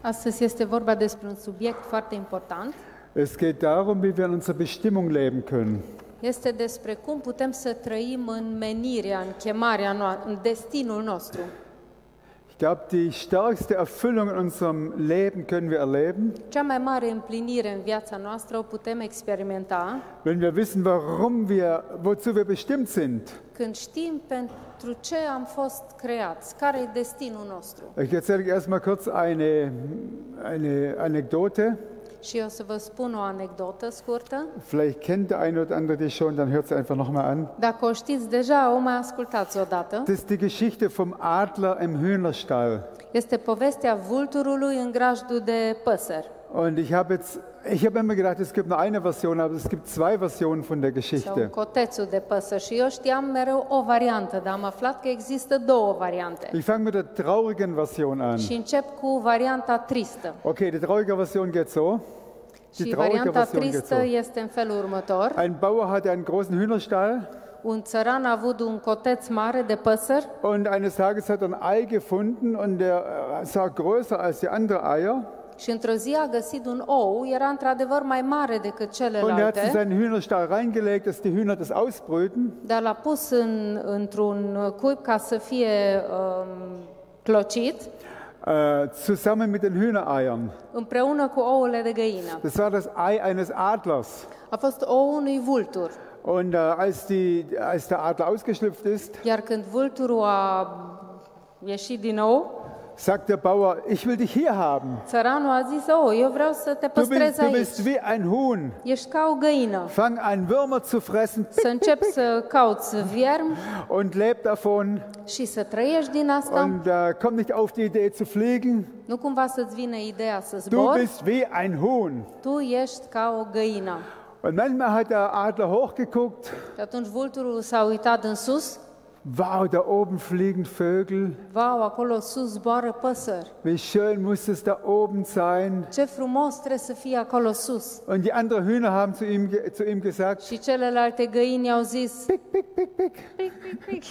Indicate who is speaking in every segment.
Speaker 1: Astăzi este vorba despre un subiect foarte important.
Speaker 2: Es geht darum, wie wir in unserer Bestimmung leben können.
Speaker 1: Este despre cum putem să trăim în menirea, în chemarea noastră, în destinul nostru.
Speaker 2: Ich glaube, die stärkste Erfüllung in unserem Leben können wir erleben,
Speaker 1: Cea mai mare împlinire în viața noastră o putem experimenta
Speaker 2: wenn wir wissen, warum wir, wozu wir bestimmt sind.
Speaker 1: când știm pentru ce am fost creați, care e destinul nostru.
Speaker 2: Ich erzähle euch erstmal kurz eine, eine Anekdote.
Speaker 1: Și eu o să vă spun o anecdotă scurtă.
Speaker 2: Vielleicht kennt der eine oder andere die schon, dann hört sie einfach nochmal an.
Speaker 1: Dacă o știți deja, o mai ascultați odată.
Speaker 2: Das ist die Geschichte vom Adler im Hühnerstall.
Speaker 1: Este povestea vulturului în grajdul de păsări.
Speaker 2: Und ich habe jetzt, ich habe immer gedacht, es gibt nur eine Version, aber es gibt zwei Versionen von der
Speaker 1: Sau
Speaker 2: Geschichte.
Speaker 1: cotețul de păsări. Și eu știam mereu o variantă, dar am aflat că există două variante.
Speaker 2: Ich fange mit der traurigen Version an.
Speaker 1: Și încep cu varianta tristă.
Speaker 2: Okay, die traurige Version geht so. Die
Speaker 1: Și
Speaker 2: traurige
Speaker 1: varianta
Speaker 2: Version geht
Speaker 1: tristă
Speaker 2: so.
Speaker 1: este în felul următor.
Speaker 2: Ein Bauer hatte einen großen Hühnerstall
Speaker 1: Un țăran a avut un coteț mare de păsări
Speaker 2: und eines Tages hat er ein Ei gefunden und der äh, sah größer als die anderen Eier
Speaker 1: și într-o zi a găsit un ou, era într-adevăr mai mare decât
Speaker 2: und er hat es
Speaker 1: celelalte,
Speaker 2: in seinen Hühnerstall reingelegt, dass die Hühner das ausbrüten
Speaker 1: dar l-a pus în, într-un cuib ca să fie um, clocit
Speaker 2: äh, zusammen mit den Hühnereiern.
Speaker 1: împreună cu ouăle de găină.
Speaker 2: Das war das Ei eines Adlers.
Speaker 1: A fost ou unui vultur,
Speaker 2: Und äh, als, die, als der Adler ausgeschlüpft ist,
Speaker 1: iar când vulturul a ieșit din nou,
Speaker 2: sagt der Bauer, ich will dich hier haben.
Speaker 1: țăranul a zis, oh, eu vreau să te
Speaker 2: Du bist,
Speaker 1: păstrez
Speaker 2: du
Speaker 1: aici,
Speaker 2: bist wie ein Huhn.
Speaker 1: ești ca o găină.
Speaker 2: Fang an, Würmer zu fressen
Speaker 1: Să încep să cauți viermi
Speaker 2: und leb davon
Speaker 1: și să trăiești din asta,
Speaker 2: und äh, komm nicht auf die Idee zu fliegen.
Speaker 1: nu cumva să-ți vină ideea să
Speaker 2: Du
Speaker 1: zbori,
Speaker 2: bist wie ein Huhn.
Speaker 1: tu ești ca o găină.
Speaker 2: Und manchmal hat der Adler hochgeguckt.
Speaker 1: Și atunci vulturul s-a uitat în sus,
Speaker 2: Wow, da oben fliegen Vögel.
Speaker 1: vau, acolo sus zboară păsări.
Speaker 2: Wie schön muss es da oben sein.
Speaker 1: Ce frumos trebuie să fie acolo sus.
Speaker 2: Und die anderen Hühner haben zu ihm, ge- zu ihm gesagt,
Speaker 1: Și celelalte găini au zis,
Speaker 2: pick, pick, pick, pick.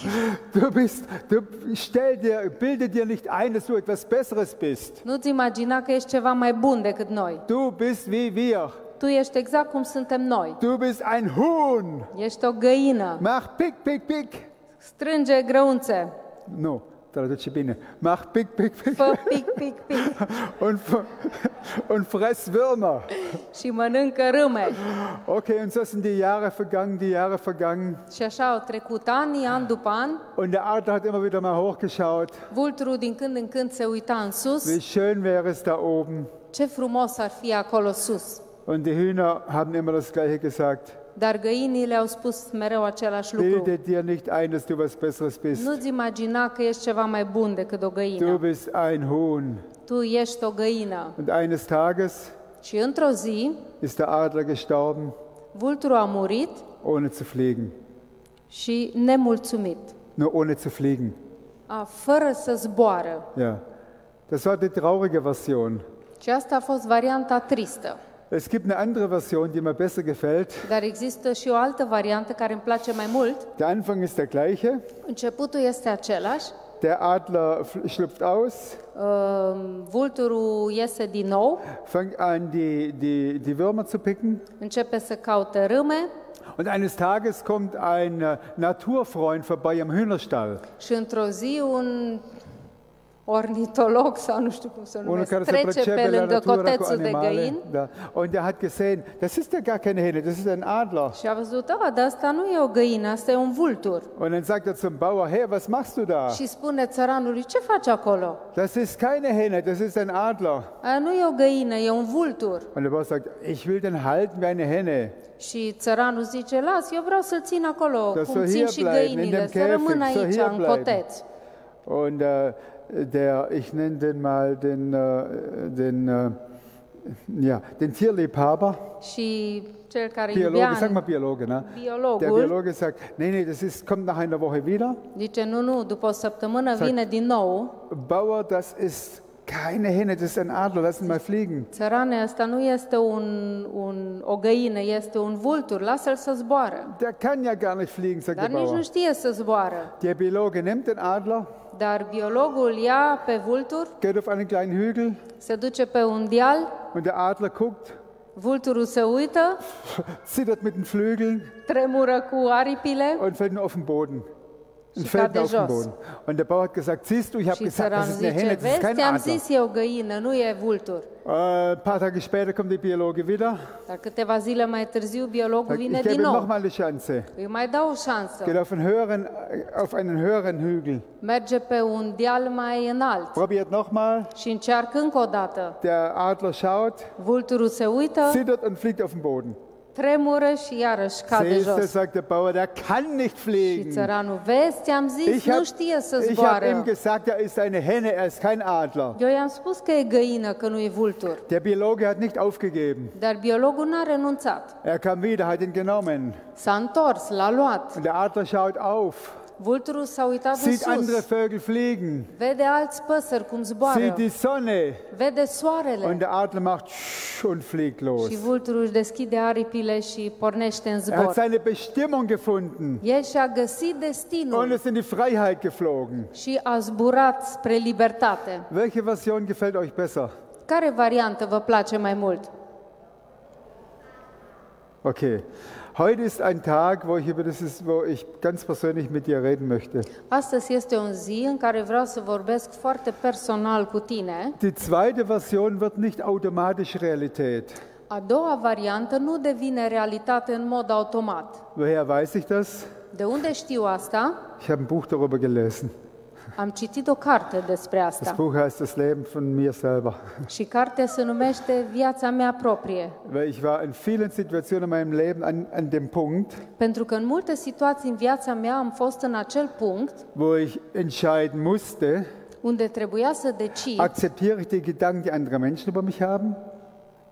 Speaker 2: Du bist, du stell dir, bilde dir nicht ein, dass du etwas Besseres bist.
Speaker 1: Nu-ți imagina că ești ceva mai bun decât noi.
Speaker 2: Du bist wie wir.
Speaker 1: Tu ești exact cum suntem noi.
Speaker 2: Du bist ein Huhn.
Speaker 1: Ești o găină.
Speaker 2: Mach pick, pick, pick.
Speaker 1: Strânge grăunțe.
Speaker 2: No, traduce bine. Mach pick, pick, pick.
Speaker 1: Fă pic, pic, pic.
Speaker 2: Und, f- und fress Würmer.
Speaker 1: Și mănâncă râme.
Speaker 2: Okay, und so sind die Jahre vergangen, die Jahre vergangen.
Speaker 1: Și așa au trecut ani, an după an.
Speaker 2: Und der Adler hat immer wieder mal hochgeschaut.
Speaker 1: Vulturul din când în când se uita în sus.
Speaker 2: Wie schön wäre es da oben.
Speaker 1: Ce frumos ar fi acolo sus.
Speaker 2: Und die Hühner haben immer das Gleiche gesagt.
Speaker 1: Dar găinile au spus mereu același lucru.
Speaker 2: Bilde dir nicht ein, dass du was Besseres bist.
Speaker 1: Nu-ți imagina că ești ceva mai bun decât o
Speaker 2: Du
Speaker 1: găină.
Speaker 2: bist ein Huhn.
Speaker 1: Tu ești o găină.
Speaker 2: Und eines Tages
Speaker 1: Și într-o zi,
Speaker 2: ist der Adler gestorben,
Speaker 1: vulturul a murit
Speaker 2: ohne zu fliegen.
Speaker 1: și nemulțumit.
Speaker 2: Nur ohne zu fliegen.
Speaker 1: A, fără să zboară.
Speaker 2: Ja, das war die traurige Version.
Speaker 1: Și asta a fost varianta tristă.
Speaker 2: Es gibt eine andere Version, die mir besser gefällt.
Speaker 1: Dar există și o altă variantă care îmi place mai mult.
Speaker 2: Der Anfang ist der gleiche.
Speaker 1: Începutul este același.
Speaker 2: Der Adler fl- schlüpft aus,
Speaker 1: Uh, Vulturul iese din nou,
Speaker 2: fängt an, die, die, die Würmer zu picken.
Speaker 1: începe să caute râme
Speaker 2: Und eines Tages kommt ein äh, Naturfreund vorbei am Hühnerstall,
Speaker 1: și într-o zi un ornitolog sau nu știu cum să
Speaker 2: ohne
Speaker 1: numesc,
Speaker 2: care să
Speaker 1: trece pe
Speaker 2: percebe la
Speaker 1: lângă
Speaker 2: natura cu
Speaker 1: cotețul de
Speaker 2: animale.
Speaker 1: găini
Speaker 2: Da. Und er hat gesehen, das ist ja gar keine Hähne, das ist ein Adler.
Speaker 1: și a văzut, a, dar asta nu e o găină, asta e un vultur.
Speaker 2: Und dann sagt er zum Bauer, hey, was machst du da?
Speaker 1: Și spune țăranului, ce faci acolo?
Speaker 2: Das ist keine Hähne, das ist ein Adler.
Speaker 1: Aia nu e o găină, e un vultur.
Speaker 2: Und der Bauer sagt, ich will den halten wie eine Henne.
Speaker 1: Și țăranul zice, las, eu vreau să-l țin acolo,
Speaker 2: Să- să
Speaker 1: cum țin
Speaker 2: hier
Speaker 1: și
Speaker 2: bleiben,
Speaker 1: găinile,
Speaker 2: in dem
Speaker 1: să rămân
Speaker 2: Käfig, să
Speaker 1: aici,
Speaker 2: hier
Speaker 1: în
Speaker 2: bleiben."
Speaker 1: coteț.
Speaker 2: Und äh, der, ich nenne den mal den, äh, den, äh, ja, den Tierliebhaber,
Speaker 1: Și cel care
Speaker 2: Biologe,
Speaker 1: iubea,
Speaker 2: sag mal Biologe, ne?
Speaker 1: Biologul.
Speaker 2: Der Biologe sagt, nee, nee, das ist, kommt nach einer Woche wieder.
Speaker 1: zice, nu, nu, după o săptămână vine din nou.
Speaker 2: Bauer, das ist keine Henne, das ist ein Adler, lass ihn mal fliegen.
Speaker 1: Țăranea asta nu este un, un, o găină, este un vultur, lasă-l să zboare.
Speaker 2: Der kann ja gar nicht fliegen, sagt
Speaker 1: Dar
Speaker 2: der
Speaker 1: nici
Speaker 2: Bauer.
Speaker 1: nu știe să zboare.
Speaker 2: Der Biologe nimmt den Adler,
Speaker 1: Dar biologul ia pe vultur,
Speaker 2: geht auf einen kleinen Hügel
Speaker 1: se duce pe un deal,
Speaker 2: und der Adler guckt,
Speaker 1: vulturul se uită,
Speaker 2: zittert mit den Flügeln
Speaker 1: tremură cu aripile
Speaker 2: und fällt nur auf den Boden. Und
Speaker 1: Sie
Speaker 2: fällt nur auf den
Speaker 1: gerade
Speaker 2: Boden. Und der Bauer hat gesagt, siehst du, ich habe
Speaker 1: și
Speaker 2: gesagt,
Speaker 1: țăran
Speaker 2: das ist eine
Speaker 1: zice,
Speaker 2: Henne, das ist
Speaker 1: vezi,
Speaker 2: kein
Speaker 1: ți-am
Speaker 2: Adler.
Speaker 1: zis eu găină, nu e vultur.
Speaker 2: Äh, ein paar Tage später kommt der Biologe wieder.
Speaker 1: Dar câteva zile mai târziu, biologul
Speaker 2: Sagt, ich
Speaker 1: vine
Speaker 2: gebe
Speaker 1: din
Speaker 2: ihm
Speaker 1: nou.
Speaker 2: nochmal eine Chance.
Speaker 1: Îi mai dau o șansă.
Speaker 2: Geht auf einen höheren, äh, auf einen höheren Hügel.
Speaker 1: Merge pe un deal mai înalt
Speaker 2: Probiert nochmal.
Speaker 1: și încearcă încă o dată.
Speaker 2: Der Adler schaut,
Speaker 1: Vulturul se uită,
Speaker 2: zittert und fliegt auf den Boden.
Speaker 1: tremură și iarăși cade
Speaker 2: Siehst du,
Speaker 1: jos.
Speaker 2: sagt der Bauer, der kann nicht
Speaker 1: Și
Speaker 2: fliegen.
Speaker 1: țăranul, vezi, ți-am zis,
Speaker 2: Ich
Speaker 1: nu
Speaker 2: habe
Speaker 1: știe să
Speaker 2: hab ihm
Speaker 1: zboare.
Speaker 2: gesagt, er ist eine Henne, er ist kein Adler.
Speaker 1: Eu i-am spus că e găină, că nu e vultur.
Speaker 2: Der Biologe hat nicht aufgegeben.
Speaker 1: Dar biologul n-a renunțat.
Speaker 2: Er kam wieder, hat ihn genommen.
Speaker 1: S-a întors, l-a luat.
Speaker 2: Und der Adler schaut auf,
Speaker 1: Vulturul s-a uitat în
Speaker 2: sieht andere
Speaker 1: sus.
Speaker 2: Vögel fliegen,
Speaker 1: Vede alți păsări cum zboară.
Speaker 2: sieht die Sonne.
Speaker 1: Vede soarele.
Speaker 2: Und der Adler macht Sch- und fliegt
Speaker 1: Și
Speaker 2: los.
Speaker 1: vulturul își deschide aripile și pornește în
Speaker 2: Er hat
Speaker 1: zbor.
Speaker 2: seine Bestimmung gefunden
Speaker 1: El și-a găsit
Speaker 2: und
Speaker 1: destinul
Speaker 2: ist in die Freiheit geflogen.
Speaker 1: și a zburat spre libertate.
Speaker 2: Welche Version gefällt euch besser?
Speaker 1: Care variantă vă place mai mult?
Speaker 2: Okay. Heute ist ein Tag, wo ich über das ist, wo ich ganz persönlich mit dir reden möchte.
Speaker 1: Astăzi este o zi în care vreau să vorbesc foarte personal cu tine.
Speaker 2: Die zweite Version wird nicht automatisch Realität.
Speaker 1: A doua variantă nu devine realitate în mod automat.
Speaker 2: Woher weiß ich das?
Speaker 1: De unde știu asta?
Speaker 2: Ich habe ein Buch darüber gelesen.
Speaker 1: Am citit o carte despre
Speaker 2: Das
Speaker 1: asta
Speaker 2: Buch heißt Das Leben von mir selber.
Speaker 1: și cartea se numește Viața mea proprie.
Speaker 2: Weil ich war in vielen Situationen in meinem Leben an, an dem Punkt,
Speaker 1: Pentru că în multe situații în viața mea am fost în acel punct
Speaker 2: wo ich entscheiden musste,
Speaker 1: unde trebuia să decid
Speaker 2: akzeptiere ich die Gedanken, die andere Menschen über mich haben?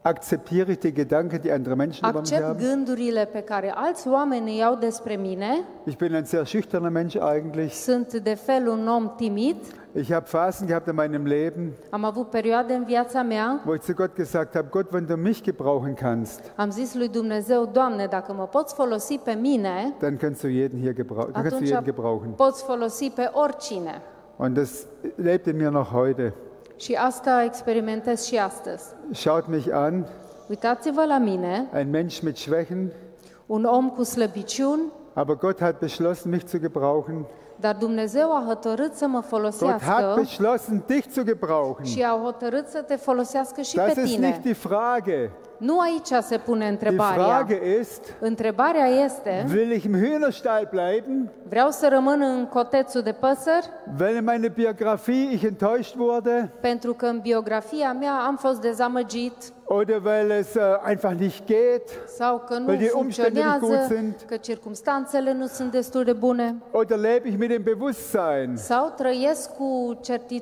Speaker 2: Akzeptiere ich die Gedanken, die andere Menschen über mich
Speaker 1: accept
Speaker 2: haben?
Speaker 1: gândurile pe care alți oameni îi au despre mine.
Speaker 2: Ich bin ein sehr schüchterner Mensch eigentlich.
Speaker 1: Sunt de fel un om timid.
Speaker 2: Ich habe Phasen gehabt in meinem Leben,
Speaker 1: Am avut perioade în viața mea.
Speaker 2: wo ich zu Gott gesagt habe, Gott, wenn du mich gebrauchen kannst,
Speaker 1: Am zis lui Dumnezeu, Doamne, dacă mă poți folosi pe mine,
Speaker 2: dann kannst du jeden hier gebrauchen. Dann kannst du
Speaker 1: atunci
Speaker 2: jeden gebrauchen.
Speaker 1: poți folosi pe oricine.
Speaker 2: Und das lebt in mir noch heute.
Speaker 1: Și asta experimentez și astăzi.
Speaker 2: Schaut mich an,
Speaker 1: Uitați-vă la mine,
Speaker 2: ein Mensch mit Schwächen,
Speaker 1: un om cu slăbiciuni,
Speaker 2: aber Gott hat beschlossen, mich zu gebrauchen.
Speaker 1: dar Dumnezeu a hotărât să mă
Speaker 2: Gott hat
Speaker 1: folosească
Speaker 2: beschlossen, dich zu gebrauchen.
Speaker 1: și a hotărât să te folosească și
Speaker 2: Das
Speaker 1: pe
Speaker 2: ist
Speaker 1: tine.
Speaker 2: nicht die Frage.
Speaker 1: Nu aici se pune
Speaker 2: Die
Speaker 1: întrebarea.
Speaker 2: Frage ist,
Speaker 1: Întrebarea este,
Speaker 2: will ich im Hühnerstall bleiben,
Speaker 1: vreau să rămân în cotețul de păsări
Speaker 2: weil in meiner Biografie ich enttäuscht wurde
Speaker 1: pentru că în biografia mea am fost dezamăgit
Speaker 2: oder weil es äh, einfach nicht geht
Speaker 1: sau că nu
Speaker 2: Weil die Umstände nicht gut
Speaker 1: funcționează,
Speaker 2: sind.
Speaker 1: că circumstanțele nu sunt destul de bune
Speaker 2: oder lebe ich mit dem Bewusstsein?
Speaker 1: sau trăiesc cu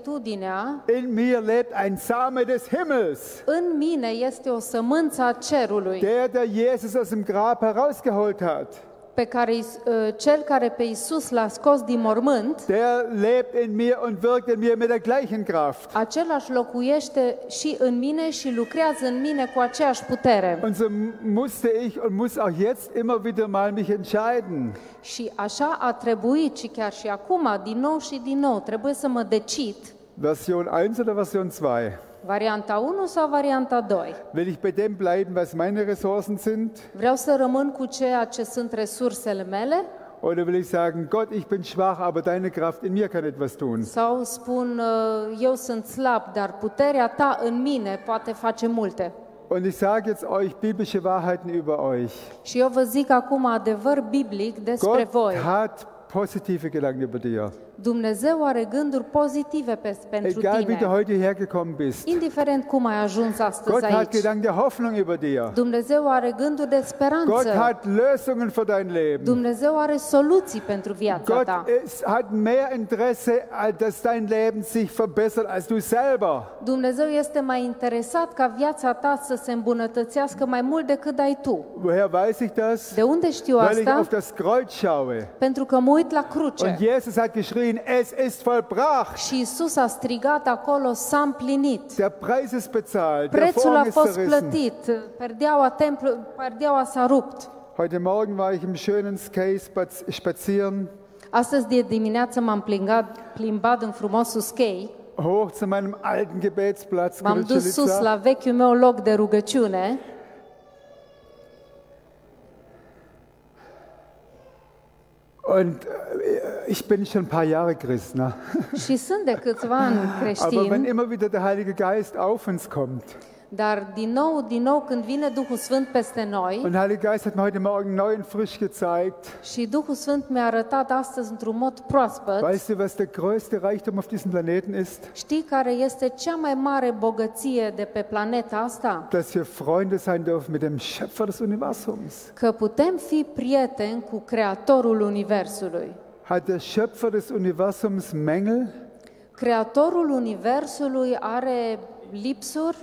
Speaker 1: certitudinea
Speaker 2: In mir lebt ein Same des Himmels,
Speaker 1: în mine este o sămânță a cerului
Speaker 2: der, der Jesus aus dem Grab herausgeholt hat.
Speaker 1: pe care Iis- cel care pe Isus l-a scos din mormânt
Speaker 2: Der lebt in mir und wirkt in mir mit der gleichen Kraft.
Speaker 1: același locuiește și în mine și lucrează în mine cu aceeași putere.
Speaker 2: Und so musste ich und muss auch jetzt immer wieder mal mich entscheiden.
Speaker 1: Și așa a trebuit și chiar și acum, din nou și din nou, trebuie să mă decid
Speaker 2: Version 1 oder Version 2?
Speaker 1: varianta 1 sau varianta 2.
Speaker 2: Will ich bei dem bleiben, was meine Ressourcen sind?
Speaker 1: Vreau să rămân cu ceea ce sunt resursele mele
Speaker 2: Oder will ich sagen, Gott, ich bin schwach, aber deine Kraft in mir kann etwas tun?
Speaker 1: sau spun uh, eu sunt slab, dar puterea ta în mine poate face multe.
Speaker 2: Und ich sage jetzt euch biblische Wahrheiten über euch.
Speaker 1: Și eu vă zic acum adevăr biblic despre
Speaker 2: Gott
Speaker 1: voi.
Speaker 2: hat positive Gedanken über dir.
Speaker 1: Dumnezeu are gânduri pozitive pe, pentru
Speaker 2: Egal wie du
Speaker 1: tine,
Speaker 2: heute hergekommen bist.
Speaker 1: indiferent cum ai ajuns astăzi
Speaker 2: Gott hat
Speaker 1: aici.
Speaker 2: Gedanken der Hoffnung über dir.
Speaker 1: Dumnezeu are gânduri de
Speaker 2: Gott
Speaker 1: speranță.
Speaker 2: hat Lösungen für dein Leben.
Speaker 1: Dumnezeu are soluții pentru viața ta.
Speaker 2: Gott ist, hat mehr Interesse, als dass dein Leben sich verbessert, als du selber.
Speaker 1: Dumnezeu este mai interesat ca viața ta să se îmbunătățească mai mult decât ai tu.
Speaker 2: Woher weiß ich das?
Speaker 1: De unde știu
Speaker 2: Weil ich
Speaker 1: asta?
Speaker 2: auf das Kreuz schaue.
Speaker 1: Pentru că mă uit uit la cruce.
Speaker 2: Und Jesus hat geschrien, es ist vollbracht.
Speaker 1: Și Isus a strigat acolo, s-a împlinit.
Speaker 2: Der Preis ist bezahlt. Der
Speaker 1: Prețul a
Speaker 2: Vorhang ist
Speaker 1: fost
Speaker 2: zerrissen.
Speaker 1: plătit, perdeaua, templu, perdeaua s-a rupt.
Speaker 2: Heute Morgen war ich im schönen Skate spaz- spazieren,
Speaker 1: Astăzi de dimineață m-am plimbat, plimbat în frumosul skei,
Speaker 2: hoch zu meinem alten Gebetsplatz.
Speaker 1: m-am dus sus
Speaker 2: Grădinița.
Speaker 1: la vechiul meu loc de rugăciune
Speaker 2: Und äh, ich bin schon ein paar Jahre Christ. Ne?
Speaker 1: și sunt de câțiva ani
Speaker 2: Aber wenn
Speaker 1: creștin,
Speaker 2: immer wieder der Heilige Geist auf uns kommt,
Speaker 1: dar din nou, din nou când vine Duhul Sfânt peste noi
Speaker 2: und der Heilige Geist hat mir heute Morgen neu und frisch gezeigt,
Speaker 1: și Duhul Sfânt mi-a arătat astăzi într-un mod proaspăt,
Speaker 2: weißt du, was der größte Reichtum auf diesem Planeten ist?
Speaker 1: știi care este cea mai mare bogăție de pe planeta asta?
Speaker 2: Dass wir Freunde sein dürfen mit dem Schöpfer des Universums.
Speaker 1: Că putem fi prieteni cu Creatorul Universului.
Speaker 2: Hat der Schöpfer des Universums Mängel?
Speaker 1: Creatorul Universului are lipsuri?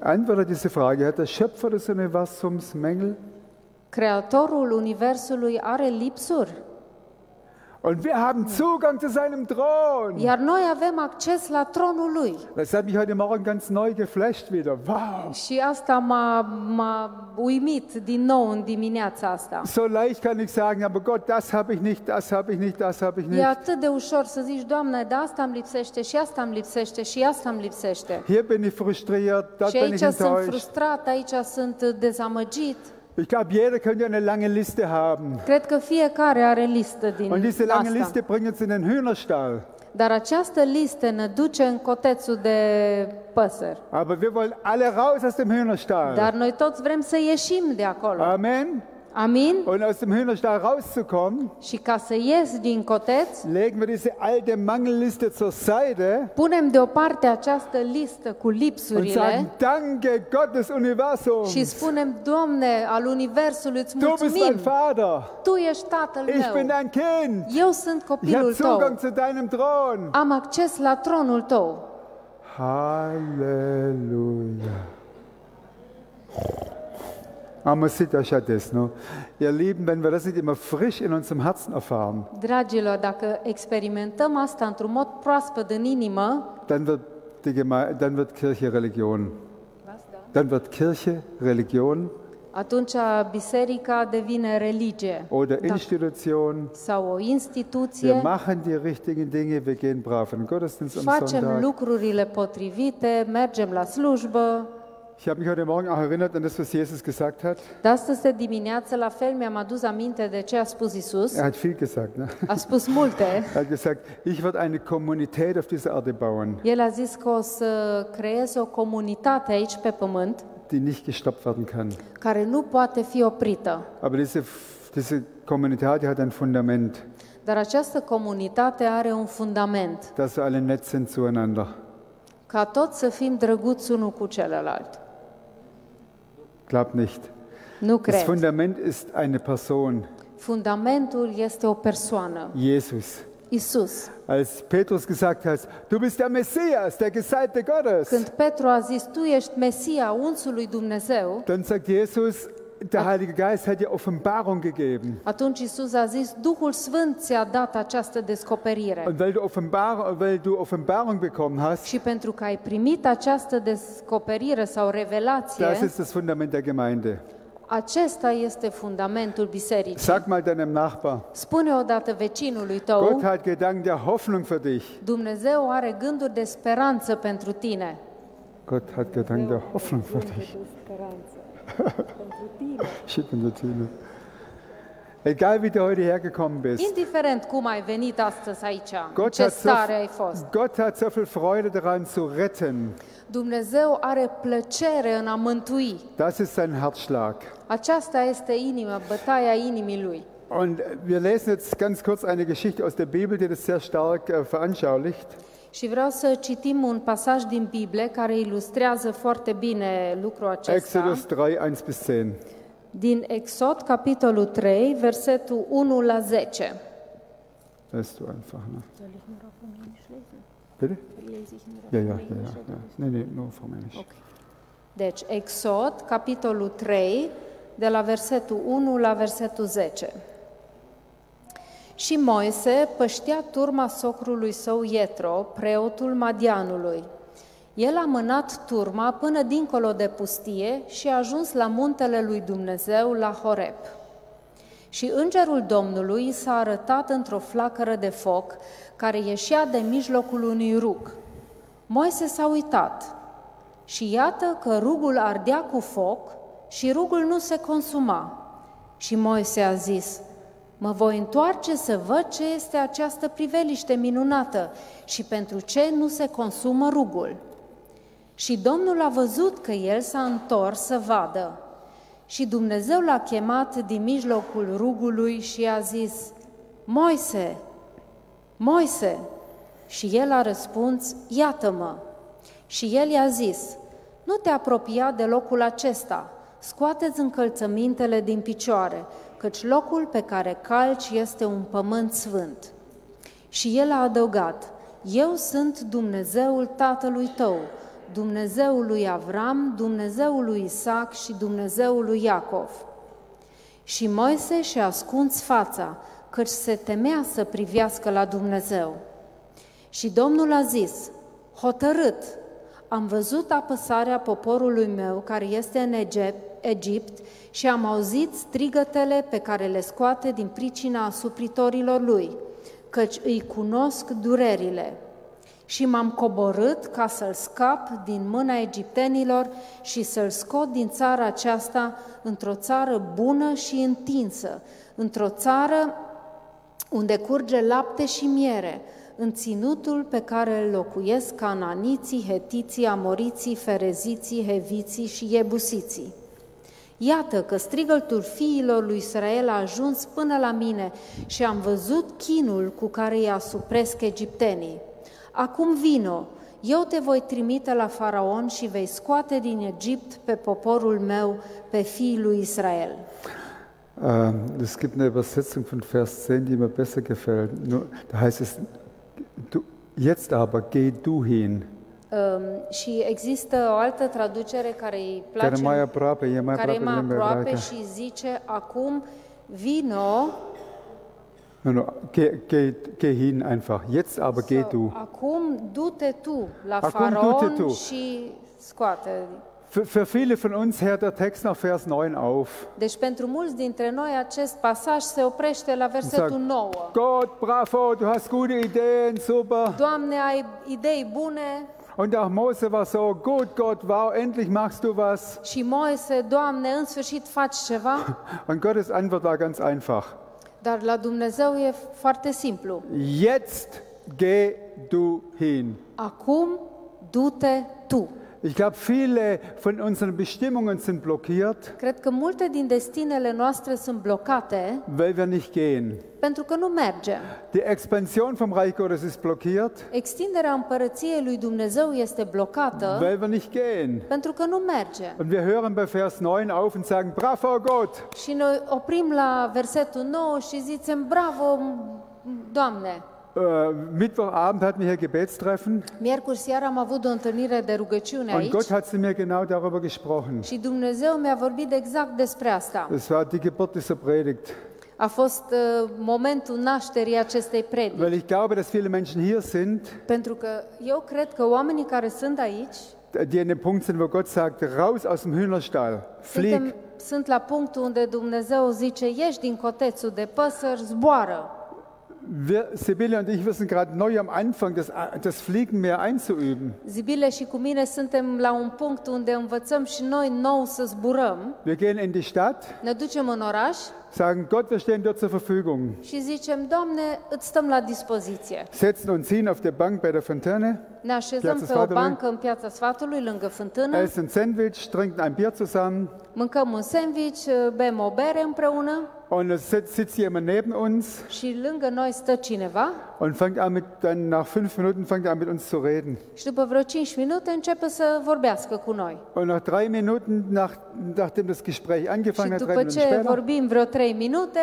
Speaker 2: Beantworte diese Frage. Hat der Schöpfer des Universums Mängel?
Speaker 1: Creatorul Universului are lipsuri?
Speaker 2: Und wir haben Zugang zu seinem Thron.
Speaker 1: Iar noi avem acces la tronul lui.
Speaker 2: Das hat mich heute Morgen ganz neu geflasht wieder. Wow!
Speaker 1: Și asta m-a, m-a uimit din nou în dimineața asta.
Speaker 2: So leicht kann ich sagen, aber Gott, das habe ich nicht, das habe ich nicht, das habe ich
Speaker 1: E
Speaker 2: nicht.
Speaker 1: atât de ușor să zici, Doamne, de asta îmi lipsește și asta îmi lipsește și asta îmi lipsește.
Speaker 2: Hier bin ich frustriert, dort
Speaker 1: Și
Speaker 2: bin
Speaker 1: aici
Speaker 2: ich
Speaker 1: sunt
Speaker 2: enttäuscht.
Speaker 1: frustrat, aici sunt dezamăgit.
Speaker 2: Ich glaube, jeder könnte eine lange Liste haben.
Speaker 1: Cred că fiecare are listă din
Speaker 2: Und diese lange
Speaker 1: asta.
Speaker 2: Liste bringt uns in den Hühnerstall.
Speaker 1: Dar această listă ne duce în cotețul de păsări.
Speaker 2: Aber wir wollen alle raus aus dem Hühnerstall.
Speaker 1: Dar noi toți vrem să ieșim de acolo.
Speaker 2: Amen.
Speaker 1: Amin?
Speaker 2: Und aus dem Hühnerstall rauszukommen,
Speaker 1: Și ca să ies din coteț,
Speaker 2: legen wir diese alte Mangelliste zur Seite
Speaker 1: punem deoparte această listă cu
Speaker 2: und sagen,
Speaker 1: lipsurile
Speaker 2: danke Gott des Universums.
Speaker 1: și spunem, Doamne, al Universului îți
Speaker 2: Du bist mein
Speaker 1: mulțumim,
Speaker 2: Vater.
Speaker 1: Tu ești Tatăl
Speaker 2: Ich bin
Speaker 1: meu,
Speaker 2: dein Kind.
Speaker 1: eu sunt
Speaker 2: Ich habe
Speaker 1: copilul
Speaker 2: Zugang
Speaker 1: tău,
Speaker 2: zu deinem Thron.
Speaker 1: am acces la tronul tău.
Speaker 2: Halleluja. Aber Ah, man sieht ja schon das, ne? Ihr Lieben, wenn wir das nicht immer frisch in unserem Herzen erfahren,
Speaker 1: Dragilor, dacă experimentăm asta într-un mod proaspăt în inimă,
Speaker 2: dann wird, die Geme dann wird Kirche Religion. Dann wird Kirche Religion
Speaker 1: atunci biserica devine religie
Speaker 2: oder Institution.
Speaker 1: sau o
Speaker 2: Wir
Speaker 1: instituție
Speaker 2: machen die richtigen Dinge, wir gehen brav in den Gottesdienst am
Speaker 1: Facem
Speaker 2: Sonntag.
Speaker 1: lucrurile potrivite, mergem la slujbă.
Speaker 2: Ich habe mich heute Morgen auch erinnert an das, was Jesus gesagt hat.
Speaker 1: De astăzi de dimineață, la fel, mi-am adus aminte de ce a spus Isus.
Speaker 2: Er hat viel gesagt. Ne?
Speaker 1: A spus multe.
Speaker 2: Er hat gesagt, ich werde eine Kommunität auf dieser Erde bauen,
Speaker 1: El a zis că o să creez o comunitate aici pe pământ
Speaker 2: die nicht gestoppt werden kann.
Speaker 1: care nu poate fi oprită.
Speaker 2: Aber diese, diese Kommunität die hat ein Fundament,
Speaker 1: Dar această comunitate are un fundament,
Speaker 2: dass wir alle nett sind zueinander.
Speaker 1: ca toți să fim drăguți unul cu celălalt.
Speaker 2: Glaub nicht.
Speaker 1: Nu
Speaker 2: Das
Speaker 1: cred.
Speaker 2: Fundament ist eine Person,
Speaker 1: Fundamentul este o persoană,
Speaker 2: Jesus.
Speaker 1: Isus.
Speaker 2: Als Petrus gesagt hat, du bist der Messias, der Gesalbte Gottes,
Speaker 1: Când Petru a zis, tu ești Mesia, unsul lui Dumnezeu,
Speaker 2: dann sagt Jesus, der Heilige Geist hat dir Offenbarung gegeben.
Speaker 1: Atunci Isus a zis, Duhul Sfânt ți-a dat această descoperire.
Speaker 2: Und weil du, Offenbar weil du Offenbarung bekommen hast,
Speaker 1: Și pentru că ai primit această descoperire sau
Speaker 2: das
Speaker 1: revelație,
Speaker 2: ist das Fundament der Gemeinde.
Speaker 1: acesta este fundamentul bisericii.
Speaker 2: Sag mal deinem Nachbar,
Speaker 1: Spune odată vecinului tău,
Speaker 2: Gott hat Gedanken der Hoffnung für dich.
Speaker 1: Dumnezeu are gânduri de speranță pentru tine.
Speaker 2: Gott hat Gedanken der Hoffnung für dich. Schick in die Tüte. Egal wie du heute hergekommen bist,
Speaker 1: Indiferent cum ai venit astăzi aici, în
Speaker 2: Gott
Speaker 1: ce
Speaker 2: hat, so,
Speaker 1: stare ai fost,
Speaker 2: Gott hat so viel Freude daran zu retten.
Speaker 1: Dumnezeu are plăcere în a mântui.
Speaker 2: Das ist sein Herzschlag.
Speaker 1: Aceasta este inima, bătaia inimii Lui.
Speaker 2: Und wir lesen jetzt ganz kurz eine Geschichte aus der Bibel, die das sehr stark äh, veranschaulicht.
Speaker 1: Și vreau să citim un pasaj din Biblie care ilustrează foarte bine lucrul acesta.
Speaker 2: Exodus 3, 1 bis 10.
Speaker 1: Din Exod, capitolul 3, versetul 1 la 10.
Speaker 2: Weißt du einfach. Ne? Bitte? Ja, ja, ja, ja. ja. Nee, nee, nur formell.
Speaker 1: Deci, Exod, capitolul 3, de la versetul 1 la versetul 10. Și Moise păștea turma socrului său Ietro, preotul Madianului. El a mânat turma până dincolo de pustie și a ajuns la muntele lui Dumnezeu, la Horeb. Și îngerul Domnului i s-a arătat într-o flacără de foc care ieșea de mijlocul unui rug. Moise s-a uitat și iată că rugul ardea cu foc și rugul nu se consuma. Și Moise a zis, mă voi întoarce să văd ce este această priveliște minunată și pentru ce nu se consumă rugul. Și Domnul a văzut că el s-a întors să vadă. Și Dumnezeu l-a chemat din mijlocul rugului și a zis, Moise, Moise! Și el a răspuns, iată-mă! Și el i-a zis, nu te apropia de locul acesta, scoateți încălțămintele din picioare, căci locul pe care calci este un pământ sfânt. Și el a adăugat, eu sunt Dumnezeul tatălui tău, Dumnezeul lui Avram, Dumnezeul lui Isaac și Dumnezeul lui Iacov. Și Moise și-a ascuns fața, căci se temea să privească la Dumnezeu. Și Domnul a zis, hotărât, am văzut apăsarea poporului meu care este în Egipt, Egipt și am auzit strigătele pe care le scoate din pricina asupritorilor lui, căci îi cunosc durerile. Și m-am coborât ca să-l scap din mâna egiptenilor și să-l scot din țara aceasta într-o țară bună și întinsă, într-o țară unde curge lapte și miere, în ținutul pe care îl locuiesc cananiții, hetiții, amoriții, fereziții, heviții și ebusiții. Iată că strigătul fiilor lui Israel a ajuns până la mine și am văzut chinul cu care îi asupresc egiptenii. Acum vino, eu te voi trimite la faraon și vei scoate din Egipt pe poporul meu, pe fiii lui Israel.
Speaker 2: Ähm, Es gibt eine Übersetzung von Vers 10, die mir besser gefällt. Nur, da heißt es, du, jetzt aber geh du hin.
Speaker 1: Um, și există o altă traducere care îi
Speaker 2: Care
Speaker 1: place,
Speaker 2: mai aproape, e mai
Speaker 1: care e
Speaker 2: aproape
Speaker 1: mai
Speaker 2: de limba
Speaker 1: aproape
Speaker 2: ebraică.
Speaker 1: și zice acum vino,
Speaker 2: Nu, nu, geh, geh, geh hin einfach. Jetzt aber geh du.
Speaker 1: acum du-te tu la
Speaker 2: Acum
Speaker 1: faraon
Speaker 2: du-te tu.
Speaker 1: și scoate.
Speaker 2: Für, für viele von uns hört der Text nach Vers 9 auf.
Speaker 1: Deci pentru mulți dintre noi acest pasaj se oprește la versetul
Speaker 2: Exact.
Speaker 1: 9.
Speaker 2: Gott, bravo, du hast gute Ideen, super.
Speaker 1: Doamne, ai idei bune
Speaker 2: Und auch Mose war so, gut, Gott, wow, endlich machst du was.
Speaker 1: și Moise, Doamne, în sfârșit faci ceva,
Speaker 2: Und Gottes Antwort war ganz einfach.
Speaker 1: dar la Dumnezeu e foarte simplu.
Speaker 2: Jetzt geh du hin.
Speaker 1: Acum du-te tu.
Speaker 2: Ich glaube, viele von unseren Bestimmungen sind blockiert,
Speaker 1: Cred că multe din destinele noastre sunt blocate
Speaker 2: weil wir nicht gehen.
Speaker 1: pentru că nu mergem.
Speaker 2: Die Expansion vom Reich Gottes ist blockiert,
Speaker 1: Extinderea împărăției lui Dumnezeu este blocată
Speaker 2: weil wir nicht gehen.
Speaker 1: pentru că nu merge.
Speaker 2: Und wir hören bei Vers 9 auf und sagen, bravo Gott,
Speaker 1: Și noi oprim la versetul 9 și zicem, bravo, Doamne!
Speaker 2: äh, Mittwochabend hatten wir hier Gebetstreffen
Speaker 1: Miercuri seara am avut o întâlnire de rugăciune
Speaker 2: und
Speaker 1: aici
Speaker 2: Gott hat zu mir genau darüber gesprochen.
Speaker 1: și Dumnezeu mi-a vorbit exact despre asta.
Speaker 2: Das war die Geburt dieser Predigt,
Speaker 1: A fost uh, momentul nașterii acestei predici.
Speaker 2: weil ich glaube, dass viele Menschen hier sind,
Speaker 1: Pentru că eu cred că oamenii care sunt aici
Speaker 2: die an dem Punkt sind, wo Gott sagt, raus aus dem Hühnerstall, flieg.
Speaker 1: suntem, sunt la punctul unde Dumnezeu zice, ieși din cotețul de păsări, zboară.
Speaker 2: Wir, Sibylle und ich, wir sind gerade neu am Anfang, das, das Fliegen mehr einzuüben.
Speaker 1: Zibile și cu mine suntem la un punct unde învățăm și noi nou să zburăm.
Speaker 2: Wir gehen in die Stadt,
Speaker 1: Ne ducem în oraș
Speaker 2: sagen Gott, wir stehen dir zur Verfügung,
Speaker 1: și zicem, Doamne, îți stăm la dispoziție.
Speaker 2: setzen uns hin auf der Bank bei der Fontane,
Speaker 1: Ne așezăm
Speaker 2: Piața
Speaker 1: pe o
Speaker 2: Sfatului.
Speaker 1: bancă în piața sfatului, lângă fântână,
Speaker 2: essen ein Sandwich, trinken ein Bier zusammen
Speaker 1: mâncăm un sandwich, bem o bere împreună
Speaker 2: und es sitzt, sitzt jemand neben uns
Speaker 1: și lângă noi stă cineva
Speaker 2: und fängt an mit, dann nach fünf Minuten fängt er an mit uns zu reden.
Speaker 1: și după vreo 5 minute începe să vorbească cu noi.
Speaker 2: Und nach drei Minuten, nach, nachdem das Gespräch
Speaker 1: Și
Speaker 2: angefangen hat, drei
Speaker 1: după
Speaker 2: Minuten
Speaker 1: ce
Speaker 2: später,
Speaker 1: vorbim vreo 3 minute,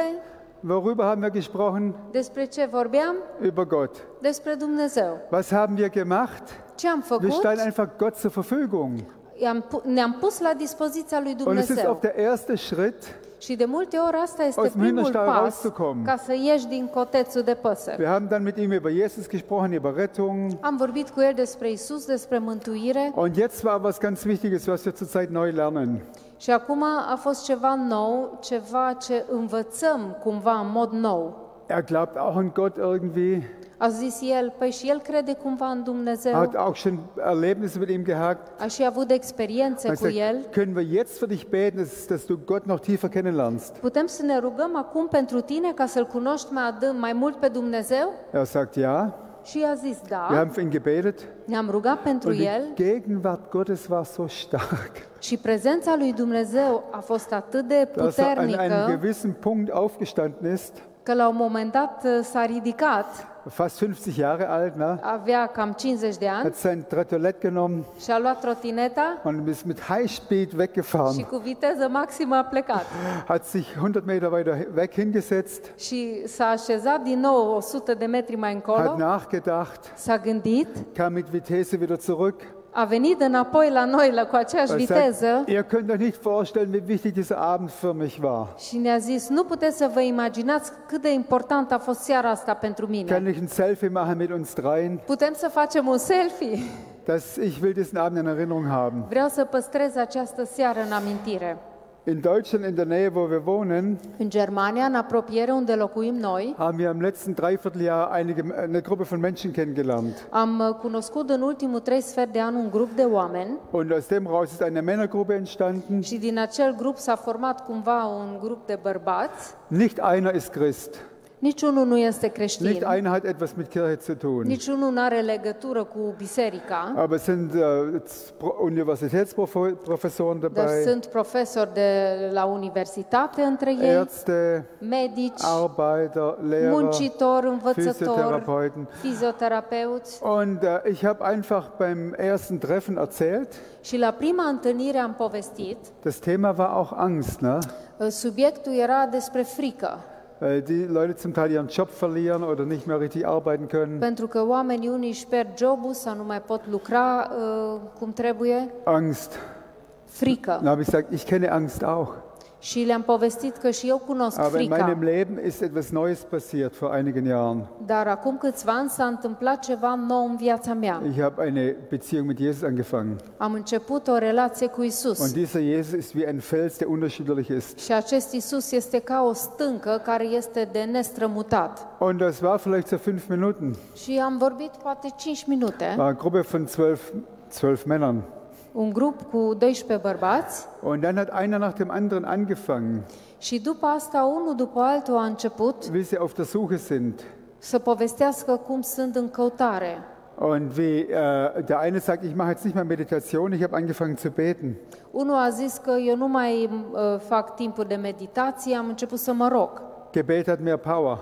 Speaker 2: worüber haben wir gesprochen?
Speaker 1: despre ce vorbeam?
Speaker 2: Über Gott.
Speaker 1: Despre Dumnezeu.
Speaker 2: Was haben wir gemacht?
Speaker 1: Ce am
Speaker 2: Wir
Speaker 1: făcut?
Speaker 2: stellen einfach Gott zur Verfügung.
Speaker 1: I-am pu- ne-am pus la dispoziția lui
Speaker 2: Und es ist
Speaker 1: Dumnezeu.
Speaker 2: auch der erste Schritt.
Speaker 1: Și de multe ori asta este
Speaker 2: Aus dem
Speaker 1: primul
Speaker 2: Hühnerstall
Speaker 1: pas
Speaker 2: rauszukommen.
Speaker 1: ca să ieși din cotețul de păsări.
Speaker 2: Wir haben dann mit ihm über Jesus gesprochen, über Rettung.
Speaker 1: Am vorbit cu el despre Isus, despre mântuire
Speaker 2: Und jetzt war was ganz Wichtiges, was wir zurzeit neu lernen.
Speaker 1: și acum a fost ceva nou, ceva ce învățăm cumva în mod nou.
Speaker 2: Er glaubt auch an Gott irgendwie,
Speaker 1: A zis el, păi și el crede cumva în Dumnezeu,
Speaker 2: hat auch schon Erlebnisse mit ihm gehabt.
Speaker 1: a și avut experiențe
Speaker 2: Er
Speaker 1: cu el.
Speaker 2: sagt, können wir jetzt für dich beten, dass, dass du Gott noch tiefer kennenlernst?
Speaker 1: Putem să ne rugăm acum pentru tine ca să-L cunoști mai adânc, mai mult pe Dumnezeu?
Speaker 2: Er sagt ja.
Speaker 1: Și i-a zis
Speaker 2: Wir
Speaker 1: da,
Speaker 2: haben für ihn gebetet.
Speaker 1: ne-am rugat pentru
Speaker 2: Und die
Speaker 1: el
Speaker 2: Gegenwart Gottes war so stark,
Speaker 1: și prezența lui Dumnezeu a fost atât de
Speaker 2: dass er an einem
Speaker 1: puternică
Speaker 2: gewissen Punkt aufgestanden ist.
Speaker 1: că la un moment dat uh, s-a ridicat,
Speaker 2: Fast 50 Jahre alt, ne?
Speaker 1: avea cam 50 de ani
Speaker 2: Hat sein Trottolet genommen
Speaker 1: și a luat trotineta
Speaker 2: und ist mit Highspeed
Speaker 1: și
Speaker 2: weggefahren.
Speaker 1: cu viteză maximă a plecat.
Speaker 2: Hat sich 100 Meter weiter weg hingesetzt,
Speaker 1: Și s-a așezat din nou 100 de metri mai încolo,
Speaker 2: hat nachgedacht,
Speaker 1: s-a gândit,
Speaker 2: kam mit Vitesse wieder zurück.
Speaker 1: a venit înapoi la noi la, cu aceeași
Speaker 2: Er sagt,
Speaker 1: viteză
Speaker 2: ihr könnt euch nicht vorstellen, wie wichtig dieser Abend für mich war.
Speaker 1: Și ne-a zis, nu puteți să vă imaginați cât de important a fost seara asta pentru mine.
Speaker 2: Kann ich ein Selfie machen mit uns dreien?
Speaker 1: Putem să facem un selfie?
Speaker 2: Das, ich will diesen Abend in Erinnerung haben.
Speaker 1: Vreau să păstrez această seară în amintire.
Speaker 2: In Deutschland, in der Nähe, wo wir wohnen,
Speaker 1: În Germania, în apropiere unde locuim noi,
Speaker 2: haben wir im letzten Dreivierteljahr einige, eine Gruppe von Menschen kennengelernt.
Speaker 1: am uh, cunoscut în ultimul trei sfert de an un grup de oameni
Speaker 2: Und aus dem raus ist eine Männergruppe entstanden.
Speaker 1: și din acel grup s-a format cumva un grup de bărbați.
Speaker 2: Nicht einer ist Christ.
Speaker 1: Niciunul nu este
Speaker 2: Nicht
Speaker 1: creștin,
Speaker 2: einer hat etwas mit Kirche zu tun.
Speaker 1: niciunul nu are legătură cu biserica,
Speaker 2: Aber es sind äh, Pro- Universitätsprofessoren
Speaker 1: dar
Speaker 2: dabei,
Speaker 1: sunt profesori de la universitate între ei,
Speaker 2: Ärzte,
Speaker 1: medici,
Speaker 2: Arbeiter, Lehrer.
Speaker 1: muncitor, învățător,
Speaker 2: Physiotherapeuten.
Speaker 1: fizioterapeuți.
Speaker 2: Und äh, ich habe einfach beim ersten Treffen erzählt,
Speaker 1: Și la prima întâlnire am povestit, uh,
Speaker 2: das Thema war auch Angst. Ne?
Speaker 1: subiectul era despre frică,
Speaker 2: Weil die Leute zum Teil ihren Job verlieren oder nicht mehr richtig arbeiten können.
Speaker 1: pentru că oamenii unii își pierd jobul sau nu mai pot lucra uh, cum trebuie,
Speaker 2: Angst.
Speaker 1: frică.
Speaker 2: Dann habe ich gesagt, ich kenne Angst auch.
Speaker 1: Și le-am povestit că și eu cunosc
Speaker 2: Aber in meinem
Speaker 1: frica,
Speaker 2: Leben ist etwas Neues passiert vor einigen Jahren.
Speaker 1: dar acum câțiva ani s-a întâmplat ceva nou în viața mea.
Speaker 2: Ich habe eine Beziehung mit Jesus angefangen.
Speaker 1: Am început o relație cu Isus.
Speaker 2: Und dieser Jesus ist wie ein Fels, der unterschiedlich ist.
Speaker 1: Și acest Isus este ca o stâncă care este de nestrămutat.
Speaker 2: Und das war vielleicht so fünf Minuten.
Speaker 1: Și am vorbit poate 5 minute.
Speaker 2: War eine Gruppe von zwölf, zwölf Männern.
Speaker 1: un grup cu 12 bărbați
Speaker 2: Und dann hat einer nach dem anderen angefangen,
Speaker 1: și după asta unul după altul a început
Speaker 2: wie sie auf der Suche sind.
Speaker 1: să povestească cum sunt în căutare.
Speaker 2: Und wie äh, der eine sagt, ich mache jetzt nicht mehr Meditation, ich habe angefangen zu beten.
Speaker 1: Unul a zis că eu nu mai uh, fac timpul de meditație, am început să mă rog.
Speaker 2: Gebet hat mehr Power.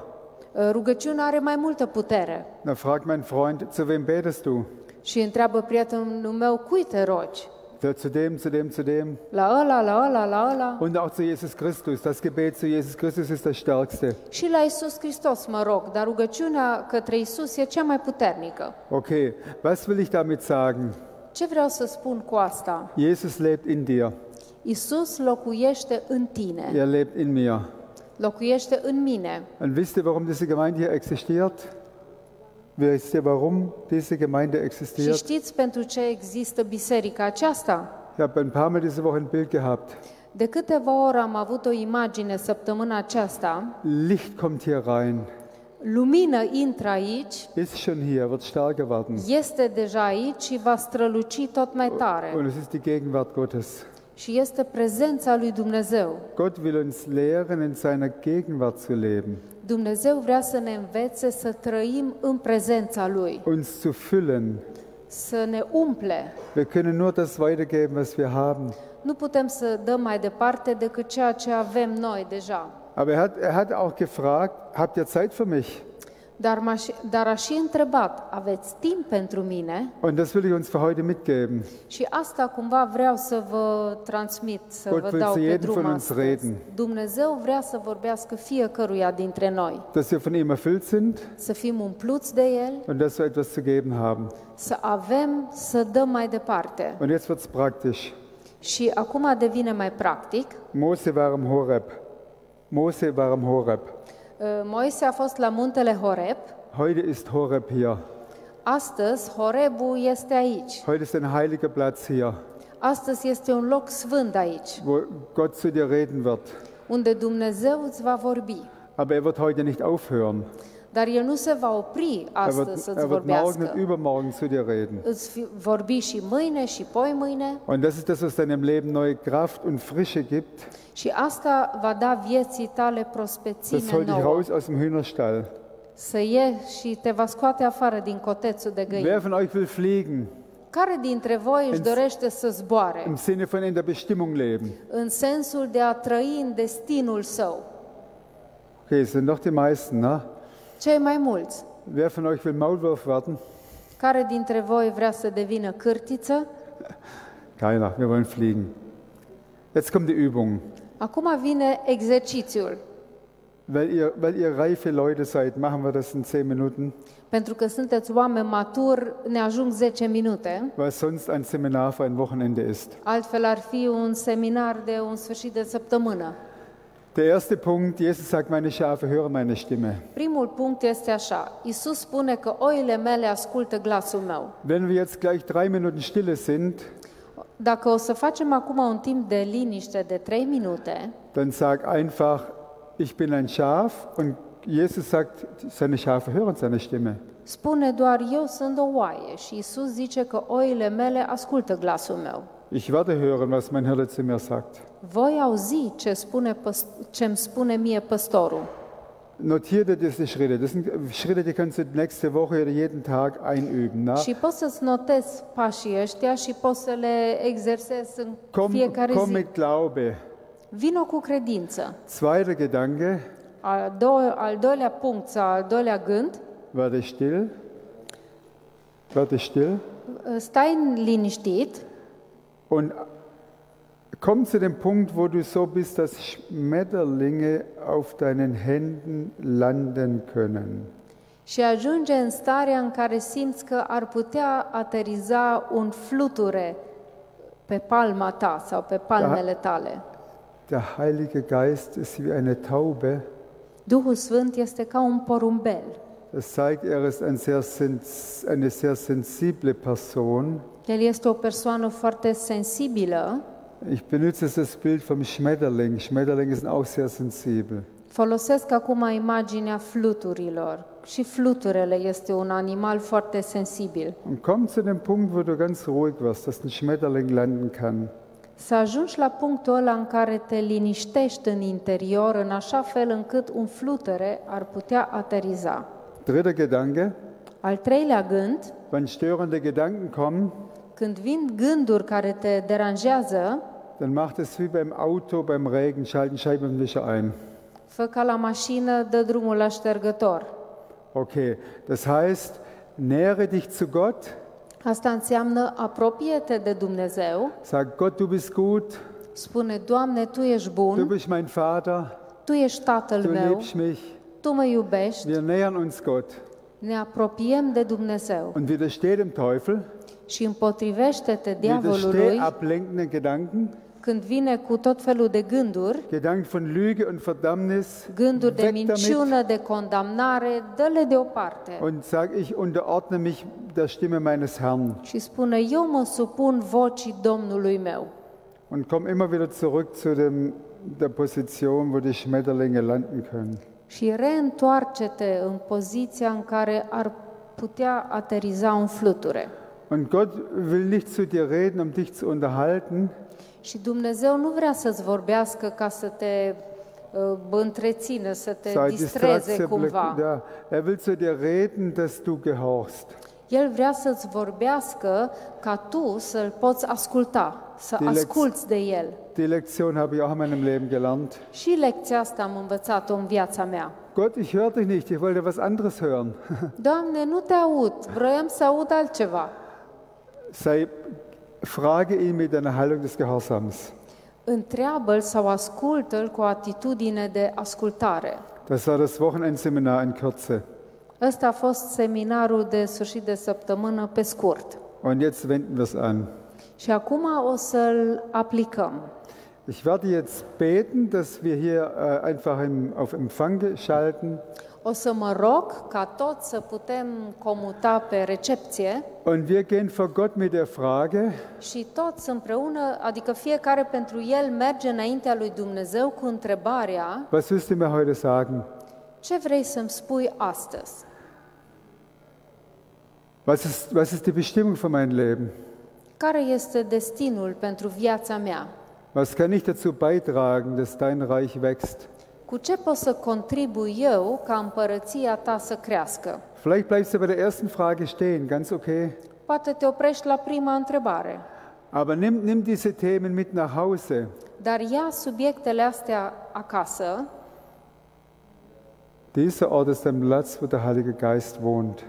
Speaker 1: Uh, Rugăciunea are mai multă putere.
Speaker 2: Dann fragt mein Freund, zu wem betest du?
Speaker 1: Și întreabă prietenul meu, cui te rogi?
Speaker 2: Der zu dem, zu dem, zu dem.
Speaker 1: La ăla, la ăla, la ăla?
Speaker 2: Und auch zu Jesus Christus. Das Gebet zu Jesus Christus ist das Stärkste.
Speaker 1: Și la Isus Hristos mă rog, dar rugăciunea către Isus e cea mai puternică.
Speaker 2: Okay, was will ich damit sagen?
Speaker 1: Ce vreau să spun cu asta?
Speaker 2: Jesus lebt in dir.
Speaker 1: Isus locuiește în tine,
Speaker 2: Er lebt in mir.
Speaker 1: locuiește în mine.
Speaker 2: Und wisst ihr, warum diese Gemeinde hier existiert? Wisst ihr, warum diese Gemeinde
Speaker 1: Și
Speaker 2: existiert?
Speaker 1: știți pentru ce există biserica aceasta?
Speaker 2: Ich habe ein paar Mal diese Woche ein Bild gehabt.
Speaker 1: De câteva ori am avut o imagine săptămâna aceasta.
Speaker 2: Licht kommt hier rein,
Speaker 1: Lumină intră aici,
Speaker 2: ist schon hier, wird stärker werden.
Speaker 1: este deja aici și va străluci tot mai tare.
Speaker 2: Und es ist die Gegenwart Gottes.
Speaker 1: Și este prezența lui Dumnezeu.
Speaker 2: Gott will uns lehren, in seiner Gegenwart zu leben,
Speaker 1: Dumnezeu vrea să ne învețe să trăim în prezența Lui,
Speaker 2: uns zu füllen.
Speaker 1: să ne umple.
Speaker 2: Wir können nur das weitergeben, was wir haben.
Speaker 1: Nu putem să dăm mai departe decât ceea ce avem noi deja.
Speaker 2: Aber er hat, er hat auch gefragt, habt ihr Zeit für mich?
Speaker 1: Dar, m-aș, dar aș și întrebat, aveți timp pentru mine?
Speaker 2: Und das will ich uns für heute mitgeben.
Speaker 1: Și asta cumva vreau să vă transmit, să
Speaker 2: God
Speaker 1: vă
Speaker 2: will
Speaker 1: dau
Speaker 2: zu
Speaker 1: pe
Speaker 2: jedem
Speaker 1: drum
Speaker 2: von uns
Speaker 1: astăzi.
Speaker 2: reden.
Speaker 1: Dumnezeu vrea să vorbească fiecăruia dintre noi,
Speaker 2: Dass wir von ihm erfüllt sind
Speaker 1: să fim umpluți de El,
Speaker 2: und dass wir etwas zu geben haben.
Speaker 1: să avem, să dăm mai departe.
Speaker 2: Und jetzt wird es praktisch.
Speaker 1: Și acum devine mai practic.
Speaker 2: Mose war im Horeb. Mose war im Horeb.
Speaker 1: Uh, Moise a fost la muntele Horeb.
Speaker 2: Heute ist Horeb hier.
Speaker 1: Astăzi Horebul este aici.
Speaker 2: Heute ist ein heiliger Platz hier,
Speaker 1: Astăzi este un loc sfânt aici,
Speaker 2: wo Gott zu dir reden wird.
Speaker 1: unde Dumnezeu îți va vorbi.
Speaker 2: Aber er wird heute nicht aufhören.
Speaker 1: Dar El nu se va opri
Speaker 2: Er
Speaker 1: astăzi
Speaker 2: wird,
Speaker 1: să-ți
Speaker 2: er wird morgen und
Speaker 1: vorbească.
Speaker 2: übermorgen zu dir reden.
Speaker 1: Îți fi- vorbi și mâine și poi mâine
Speaker 2: Und das ist das, was deinem Leben neue Kraft und Frische gibt.
Speaker 1: și asta va da vieții tale
Speaker 2: Das
Speaker 1: prospețime
Speaker 2: holt dich
Speaker 1: nouă.
Speaker 2: raus aus dem Hühnerstall.
Speaker 1: Să ieși și te va scoate afară din cotețul de găini.
Speaker 2: Wer von euch will fliegen?
Speaker 1: Care dintre voi își
Speaker 2: În-
Speaker 1: dorește să zboare
Speaker 2: Im Sinne von in der Bestimmung leben.
Speaker 1: în sensul de a trăi în destinul său?
Speaker 2: Okay, es sind noch die meisten, ne?
Speaker 1: Cei mai mulți.
Speaker 2: Wer von euch will Maulwurf werden?
Speaker 1: Care dintre voi vrea să devină cârtiță?
Speaker 2: Keiner, wir wollen fliegen. Jetzt kommt die Übung.
Speaker 1: Acum vine exercițiul.
Speaker 2: Weil ihr, weil ihr reife Leute seid, machen wir das in zehn Minuten,
Speaker 1: Pentru că sunteți oameni maturi, ne ajung 10 minute.
Speaker 2: weil sonst ein Seminar für ein Wochenende ist.
Speaker 1: Altfel ar fi un seminar de un sfârșit de săptămână.
Speaker 2: Der erste Punkt, Jesus sagt, meine Schafe hören meine Stimme.
Speaker 1: Primul punct este așa. Isus spune că oile mele ascultă glasul meu.
Speaker 2: Wenn wir jetzt gleich drei Minuten stille sind,
Speaker 1: Dacă o să facem acum un timp de liniște de 3 minute,
Speaker 2: dann sag einfach, ich bin ein Schaf und Jesus sagt, seine Schafe hören seine Stimme.
Speaker 1: spune doar eu sunt o oaie și Isus zice că oile mele ascultă glasul meu.
Speaker 2: Ich werde hören, was mein Hirte zu mir sagt.
Speaker 1: Voi auzi ce spune păst- ce-mi spune mie păstorul.
Speaker 2: Notiere dir diese Schritte. Das sind Schritte, die kannst du nächste Woche oder jeden Tag einüben. Na?
Speaker 1: Și poți să-ți notezi pașii ăștia și poți să le exersezi în
Speaker 2: Komm,
Speaker 1: fiecare
Speaker 2: komm
Speaker 1: zi.
Speaker 2: mit Glaube.
Speaker 1: Vino cu credință.
Speaker 2: Zweiter Gedanke,
Speaker 1: Al, do- al doilea punct sau al doilea gând,
Speaker 2: werde still. Werde still.
Speaker 1: stai liniștit
Speaker 2: Und komm zu dem Punkt, wo du so bist, dass Schmetterlinge auf deinen Händen landen können.
Speaker 1: și ajunge în starea în care simți că ar putea ateriza un fluture pe palma ta sau pe palmele tale.
Speaker 2: Der Heilige Geist ist wie eine Taube.
Speaker 1: Duhul Sfânt este ca un porumbel.
Speaker 2: Das zeigt, er ist ein sehr sens eine sehr sensible Person.
Speaker 1: El este o persoană foarte sensibilă.
Speaker 2: Ich benutze jetzt das Bild vom Schmetterling. Schmetterlinge sind auch sehr sensibel.
Speaker 1: Folosesc acum imaginea fluturilor. Și fluturele este un animal foarte sensibil.
Speaker 2: Und komm zu dem Punkt, wo du ganz ruhig wirst, dass ein Schmetterling landen kann.
Speaker 1: Să ajungi la punctul ăla în care te liniștești în interior, în așa fel încât un flutere ar putea ateriza.
Speaker 2: Dritter Gedanke,
Speaker 1: Al treilea gând,
Speaker 2: wenn störende Gedanken kommen,
Speaker 1: când vin gânduri care te deranjează,
Speaker 2: dann mach das wie beim Auto, beim Regen, schalt den Scheibenwischer ein.
Speaker 1: fă ca la mașină, dă drumul la ștergător.
Speaker 2: Okay, das heißt, nähere dich zu Gott,
Speaker 1: Asta înseamnă apropie-te de Dumnezeu,
Speaker 2: sag Gott, du bist gut,
Speaker 1: spune, Doamne, Tu ești
Speaker 2: du
Speaker 1: bun,
Speaker 2: bist mein Vater,
Speaker 1: Tu ești Tatăl
Speaker 2: du
Speaker 1: meu,
Speaker 2: liebst mich.
Speaker 1: Tu mă iubești,
Speaker 2: Wir nähern uns Gott
Speaker 1: ne apropiem de Dumnezeu
Speaker 2: und widersteh dem Teufel,
Speaker 1: și împotrivește-te
Speaker 2: widersteh
Speaker 1: diavolului
Speaker 2: ablenkenden Gedanken,
Speaker 1: când vine cu tot felul de gânduri
Speaker 2: Gedanken von Lüge und Verdammnis,
Speaker 1: gânduri de
Speaker 2: weg damit
Speaker 1: minciună, de condamnare, dă-le deoparte
Speaker 2: und sag, ich unterordne mich der Stimme meines Herrn
Speaker 1: și spune, eu mă supun vocii Domnului meu.
Speaker 2: und komm immer wieder zurück zu dem, der Position, wo die Schmetterlinge landen können.
Speaker 1: Și reîntoarce-te în poziția în care ar putea ateriza un fluture.
Speaker 2: Und Gott will nicht zu dir reden, um dich zu unterhalten,
Speaker 1: Și Dumnezeu nu vrea să-ți vorbească ca să te uh, întrețină, să te
Speaker 2: sei
Speaker 1: distreze
Speaker 2: Distractie
Speaker 1: cumva.
Speaker 2: blockiert. Ja, er will zu dir reden, dass du gehorchst.
Speaker 1: El vrea să-ți vorbească ca tu să-l poți asculta, să
Speaker 2: Dilex-
Speaker 1: asculți de el.
Speaker 2: Die Lektion habe ich auch in meinem Leben gelernt.
Speaker 1: Și lecția asta am învățat-o în viața mea.
Speaker 2: Gott, ich höre dich nicht, ich wollte was anderes hören.
Speaker 1: Doamne, nu te aud, vroiam să aud altceva.
Speaker 2: Sei, frage ihn mit einer Haltung des Gehorsams.
Speaker 1: Întreabă-l sau ascultă-l cu o atitudine de ascultare.
Speaker 2: Das war das Wochenendseminar in Kürze.
Speaker 1: Ăsta a fost seminarul de sfârșit de săptămână pe scurt.
Speaker 2: Und jetzt wenden wir es an.
Speaker 1: Și acum o să-l aplicăm.
Speaker 2: Ich werde jetzt beten, dass wir hier äh, einfach im, auf Empfang ge- schalten
Speaker 1: O să mă rog ca toți să putem comuta pe recepție
Speaker 2: und wir gehen vor Gott mit der Frage,
Speaker 1: și toți împreună, adică fiecare pentru el merge înaintea lui Dumnezeu cu întrebarea
Speaker 2: was willst du mir heute sagen?
Speaker 1: ce vrei să-mi spui astăzi?
Speaker 2: Was ist, was ist die Bestimmung für mein Leben?
Speaker 1: Care este destinul pentru viața mea?
Speaker 2: Was kann ich dazu beitragen, dass dein Reich wächst?
Speaker 1: Cu ce pot să contribui eu ca împărăția ta să crească?
Speaker 2: Vielleicht bleibst du bei der ersten Frage stehen, ganz okay.
Speaker 1: Poate te oprești la prima întrebare,
Speaker 2: Aber nimm, nimm diese Themen mit nach Hause.
Speaker 1: dar ia subiectele astea acasă.
Speaker 2: Dieser Ort ist ein Platz, wo der Heilige Geist wohnt.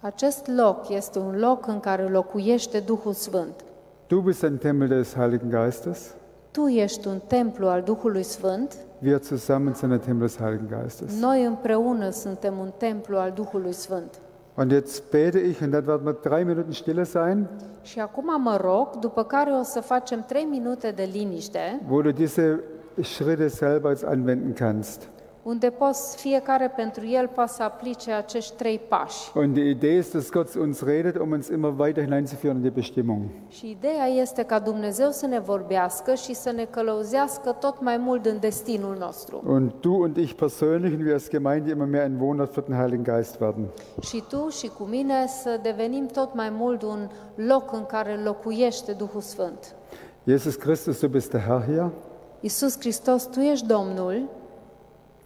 Speaker 1: Acest loc este un loc în care locuiește Duhul Sfânt.
Speaker 2: Du bist ein Tempel des Heiligen Geistes.
Speaker 1: Tu ești un templu al Duhului Sfânt,
Speaker 2: Wir zusammen sind ein Tempel des Heiligen Geistes.
Speaker 1: noi împreună suntem un templu al Duhului Sfânt.
Speaker 2: Und jetzt bete ich und dann werden wir drei Minuten stille sein,
Speaker 1: Și acum mă rog, după care o să facem 3 minute de liniște,
Speaker 2: wo du diese Schritte selber jetzt anwenden kannst.
Speaker 1: unde poți fiecare pentru el poate să aplice acești trei pași.
Speaker 2: Und die Idee ist, dass Gott zu uns redet, um uns immer weiter hineinzuführen in die Bestimmung.
Speaker 1: Și ideea este ca Dumnezeu să ne vorbească și să ne călăuzească tot mai mult în destinul nostru.
Speaker 2: Und du und ich persönlich und wir als Gemeinde immer mehr ein Wohnort für den Heiligen Geist werden.
Speaker 1: Și tu și cu mine să devenim tot mai mult un loc în care locuiește Duhul Sfânt.
Speaker 2: Jesus Christus, du bist der Herr hier,
Speaker 1: Iisus Hristos, Tu ești Domnul,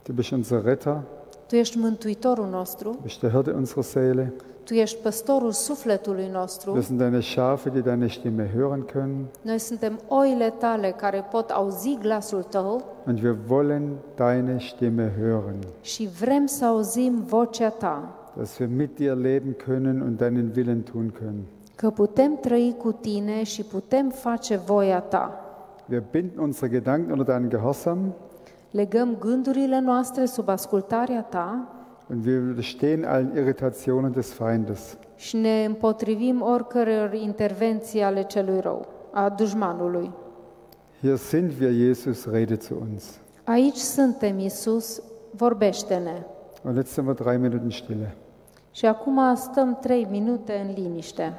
Speaker 2: du bist unser Retter,
Speaker 1: Tu ești Mântuitorul nostru,
Speaker 2: du bist der Hirte unserer Seele.
Speaker 1: Tu ești păstorul sufletului nostru,
Speaker 2: Wir sind deine Schafe, die deine Stimme hören können.
Speaker 1: noi suntem oile Tale care pot auzi glasul Tău
Speaker 2: Und wir wollen deine Stimme hören,
Speaker 1: și vrem să auzim vocea Ta,
Speaker 2: dass wir mit dir leben können und deinen Willen tun können.
Speaker 1: că putem trăi cu Tine și putem face voia Ta.
Speaker 2: Wir binden unsere Gedanken unter deinen Gehorsam
Speaker 1: Legăm gândurile noastre sub ascultarea Ta
Speaker 2: und wir widerstehen allen Irritationen des Feindes.
Speaker 1: și ne împotrivim oricăror intervenții ale celui rău, a dușmanului.
Speaker 2: Hier sind wir, Jesus, rede zu uns.
Speaker 1: Aici suntem, Iisus, vorbește-ne.
Speaker 2: Und jetzt sind wir drei Minuten Stille.
Speaker 1: Și acum stăm trei minute în liniște.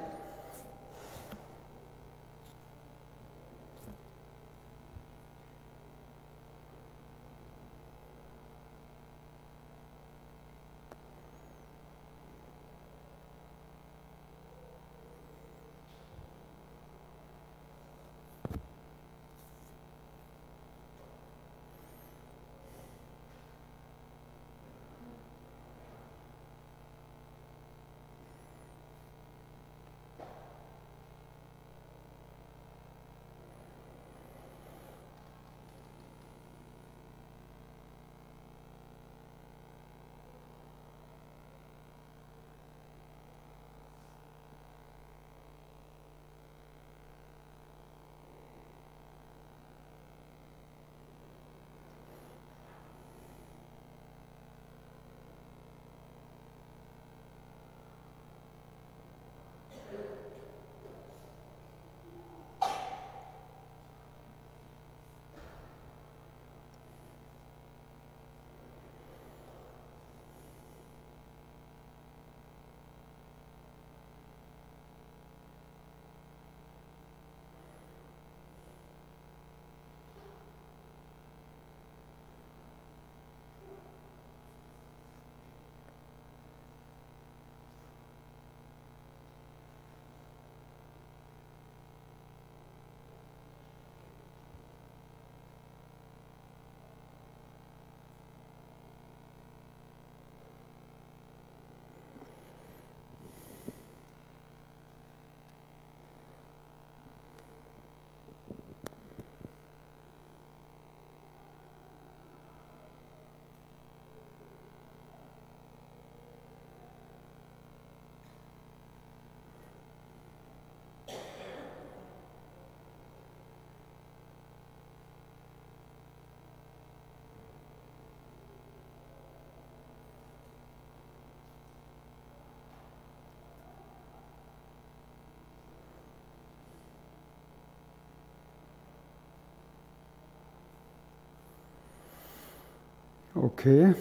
Speaker 2: Okay,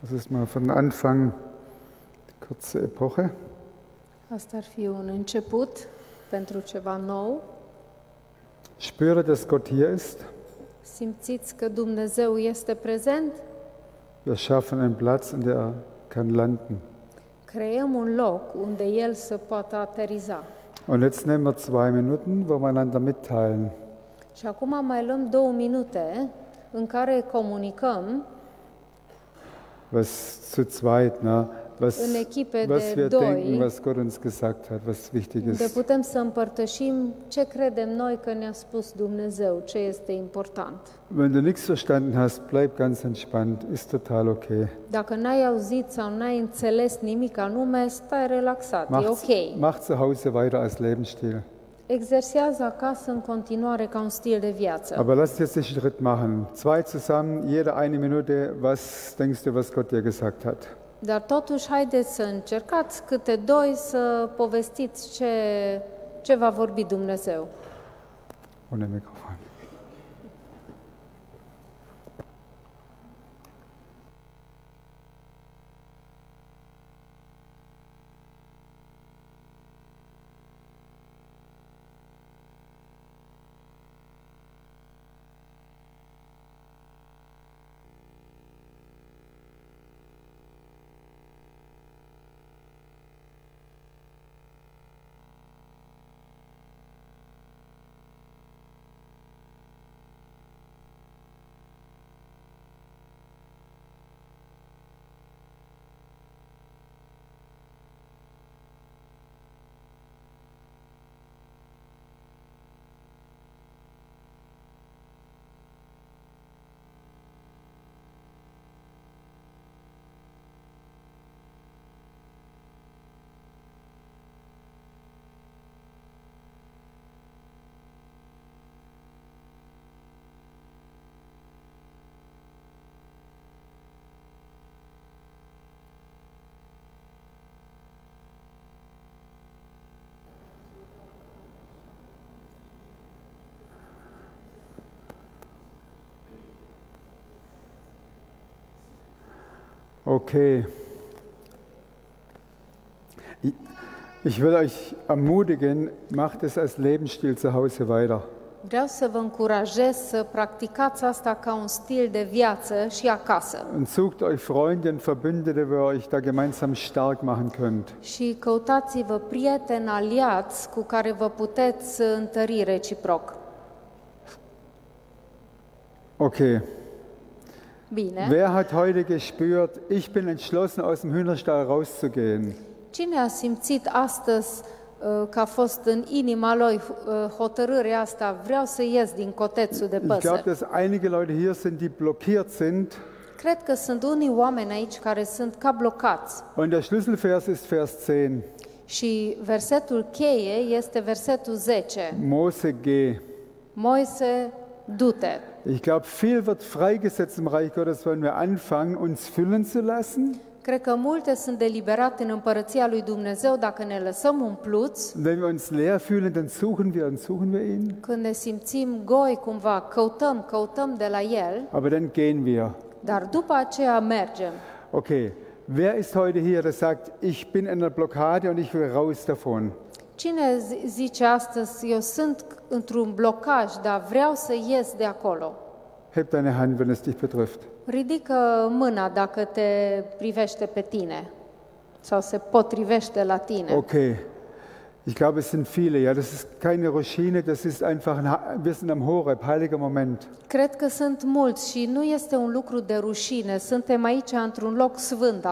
Speaker 2: das ist mal von Anfang kurze Epoche.
Speaker 1: Asta ar fi un început pentru ceva nou.
Speaker 2: Spüre, dass Gott hier ist.
Speaker 1: Simțiți că Dumnezeu este prezent?
Speaker 2: Wir schaffen einen Platz, in der er kann landen.
Speaker 1: Creăm un loc unde El să poată ateriza.
Speaker 2: Und jetzt nehmen wir zwei Minuten, wo wir einander mitteilen.
Speaker 1: Și acum mai luăm două minute în care comunicăm
Speaker 2: Was zu zweit, ne? was,
Speaker 1: În echipe
Speaker 2: was
Speaker 1: de
Speaker 2: wir
Speaker 1: doi.
Speaker 2: denken, was Gott uns gesagt hat, was wichtig
Speaker 1: unde
Speaker 2: ist.
Speaker 1: putem să împărtășim ce credem noi că ne-a spus Dumnezeu, ce este important.
Speaker 2: Wenn du nichts verstanden hast, bleib ganz entspannt, ist total okay.
Speaker 1: Dacă n-ai auzit sau n-ai înțeles nimic anume, stai relaxat, e
Speaker 2: Mach,
Speaker 1: ok.
Speaker 2: mach zu Hause weiter als Lebensstil.
Speaker 1: Exersează acasă în continuare ca un stil de viață.
Speaker 2: Aber lass jetzt den Schritt machen. Zwei zusammen, jeder eine Minute. Was denkst du, was Gott dir gesagt hat?
Speaker 1: Dar totuși, haideți să încercați câte doi să povestiți ce, ce va vorbi Dumnezeu.
Speaker 2: Ohne Mikrofon. Okay. Ich- Ich will euch ermutigen, macht es als Lebensstil zu Hause weiter.
Speaker 1: Vreau să vă încurajez să practicați asta ca un stil de viață și acasă.
Speaker 2: Und sucht euch Freunde und Verbündete, wo ihr euch da gemeinsam stark machen könnt.
Speaker 1: Și căutați-vă prieteni aliați cu care vă puteți întări reciproc.
Speaker 2: Okay.
Speaker 1: Bine.
Speaker 2: Wer hat heute gespürt, ich bin entschlossen, aus dem Hühnerstall rauszugehen?
Speaker 1: Cine a simțit astăzi uh, că a fost în inima lui uh, hotărârea asta, vreau să ies din cotețul de
Speaker 2: Ich glaube,
Speaker 1: păsări.
Speaker 2: dass einige Leute hier sind, die blockiert sind.
Speaker 1: Cred că sunt unii oameni aici care sunt ca blocați.
Speaker 2: Und der Schlüsselvers ist Vers 10.
Speaker 1: Și versetul cheie este versetul 10.
Speaker 2: Mose, geh.
Speaker 1: Moise, du-te.
Speaker 2: Ich glaube, viel wird freigesetzt im Reich Gottes, wenn wir anfangen, uns füllen zu lassen,
Speaker 1: Cred că multe sunt deliberate în împărăția lui Dumnezeu dacă ne lăsăm umpluți,
Speaker 2: Und wenn wir uns leer fühlen, dann suchen wir und suchen wir ihn.
Speaker 1: când ne simțim goi cumva, căutăm, căutăm de la El,
Speaker 2: Aber dann gehen wir.
Speaker 1: dar după aceea mergem.
Speaker 2: Okay, wer ist heute hier, der sagt, ich bin in der Blockade und ich will raus davon?
Speaker 1: Cine zi- zice astăzi, eu sunt c- într-un blocaj, dar vreau să ies de acolo?
Speaker 2: Heb deine Hand, wenn es dich betrifft.
Speaker 1: Ridică mâna dacă te privește pe tine sau se potrivește la tine.
Speaker 2: Okay. Ich glaube, es sind viele. Ja, das ist keine Routine, das ist einfach, ein, Ha- wir sind am Horeb, heiliger Moment.
Speaker 1: Cred că sunt mulți și nu este un lucru de rușine. Suntem aici într-un loc sfânt